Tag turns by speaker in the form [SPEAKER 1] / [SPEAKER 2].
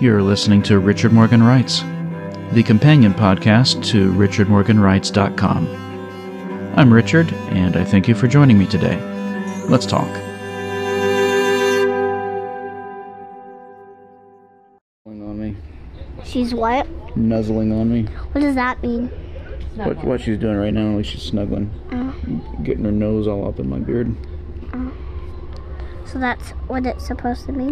[SPEAKER 1] You're listening to Richard Morgan Writes, the companion podcast to richardmorganwrites.com. I'm Richard, and I thank you for joining me today. Let's talk. Nuzzling on me.
[SPEAKER 2] She's what?
[SPEAKER 1] Nuzzling on me.
[SPEAKER 2] What does that mean?
[SPEAKER 1] What, what she's doing right now, like she's snuggling. Getting her nose all up in my beard.
[SPEAKER 2] So that's what it's supposed to mean?